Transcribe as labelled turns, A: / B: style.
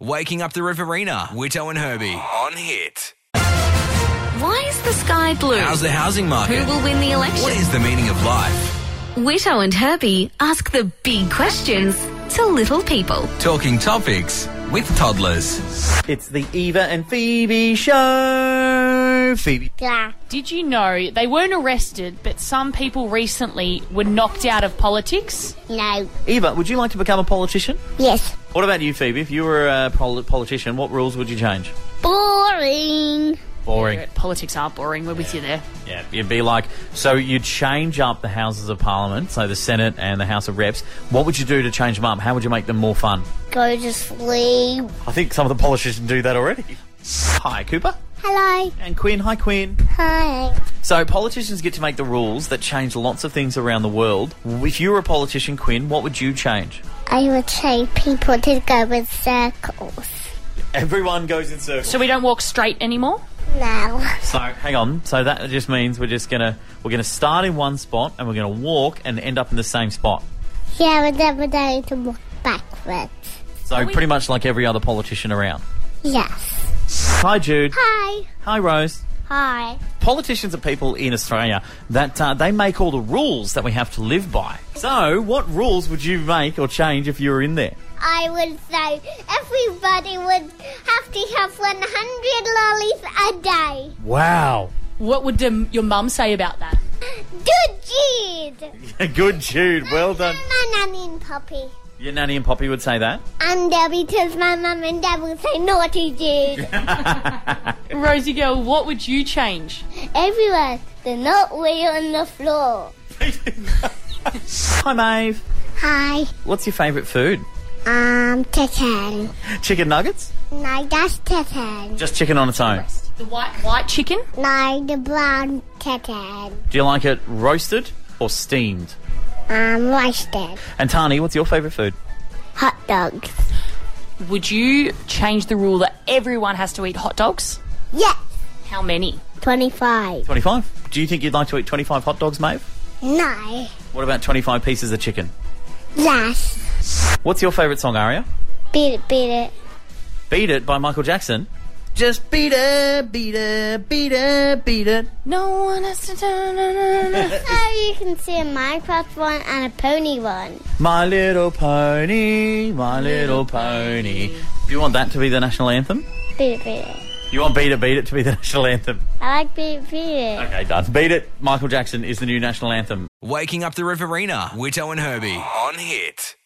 A: Waking Up the Riverina, Witto and Herbie on Hit.
B: Why is the sky blue?
A: How's the housing
B: Who
A: market?
B: will win the
A: What
B: election?
A: is the meaning of life?
B: Witto and Herbie ask the big questions to little people.
A: Talking topics with toddlers.
C: It's the Eva and Phoebe show. Phoebe.
D: Did you know they weren't arrested, but some people recently were knocked out of politics?
E: No.
C: Eva, would you like to become a politician?
E: Yes.
C: What about you, Phoebe? If you were a pol- politician, what rules would you change?
E: Boring.
C: Boring.
D: Politics are boring, we're with you there.
C: Yeah, it'd be like so you'd change up the houses of parliament, so the Senate and the House of Reps. What would you do to change them up? How would you make them more fun?
E: Go to sleep.
C: I think some of the politicians do that already. Hi, Cooper.
E: Hello.
C: And Quinn. Hi, Quinn.
E: Hi.
C: So politicians get to make the rules that change lots of things around the world. If you were a politician, Quinn, what would you change?
E: I would say people to go in circles.
C: Everyone goes in circles.
D: So we don't walk straight anymore?
E: No.
C: So hang on. So that just means we're just gonna we're gonna start in one spot and we're gonna walk and end up in the same spot.
E: Yeah, we're never going to walk backwards.
C: So pretty much like every other politician around.
E: Yes.
C: Hi Jude.
E: Hi.
C: Hi Rose.
E: Hi.
C: Politicians are people in Australia that uh, they make all the rules that we have to live by. So what rules would you make or change if you were in there?
E: I would say everybody would have to have 100 lollies a day.
C: Wow.
D: What would um, your mum say about that?
E: Good deed.
C: Good Jude. Well done.
E: My nanny and puppy.
C: Your nanny and poppy would say that.
E: And uh, because my mum and dad would say naughty deed.
D: Rosie girl, what would you change?
E: Everyone, they're not way on the floor.
C: Hi Maeve.
E: Hi,
C: What's your favourite food?
E: um, chicken.
C: Chicken nuggets?
E: No, that's chicken.
C: Just chicken on its own.
D: The white white chicken?
E: No, the brown chicken.
C: Do you like it roasted or steamed?
E: Um, roasted.
C: And Tani, what's your favourite food?
E: Hot dogs.
D: Would you change the rule that everyone has to eat hot dogs?
E: Yes,
D: How many?
E: 25.
C: 25. Do you think you'd like to eat 25 hot dogs, Maeve?
E: No,
C: What about 25 pieces of chicken?
E: yes.
C: What's your favourite song, Aria?
E: Beat it, beat it.
C: Beat It by Michael Jackson. Just beat it, beat it, beat it, beat it.
D: No one has to turn
E: So you can see a Minecraft one and a pony one.
C: My little pony, my little pony. Do you want that to be the national anthem?
E: Beat it, beat it.
C: You want Beat It, Beat It to be the national anthem?
E: I like beat it, beat it.
C: Okay, done. Beat It, Michael Jackson is the new national anthem.
A: Waking Up the Riverina, Witto and Herbie on Hit.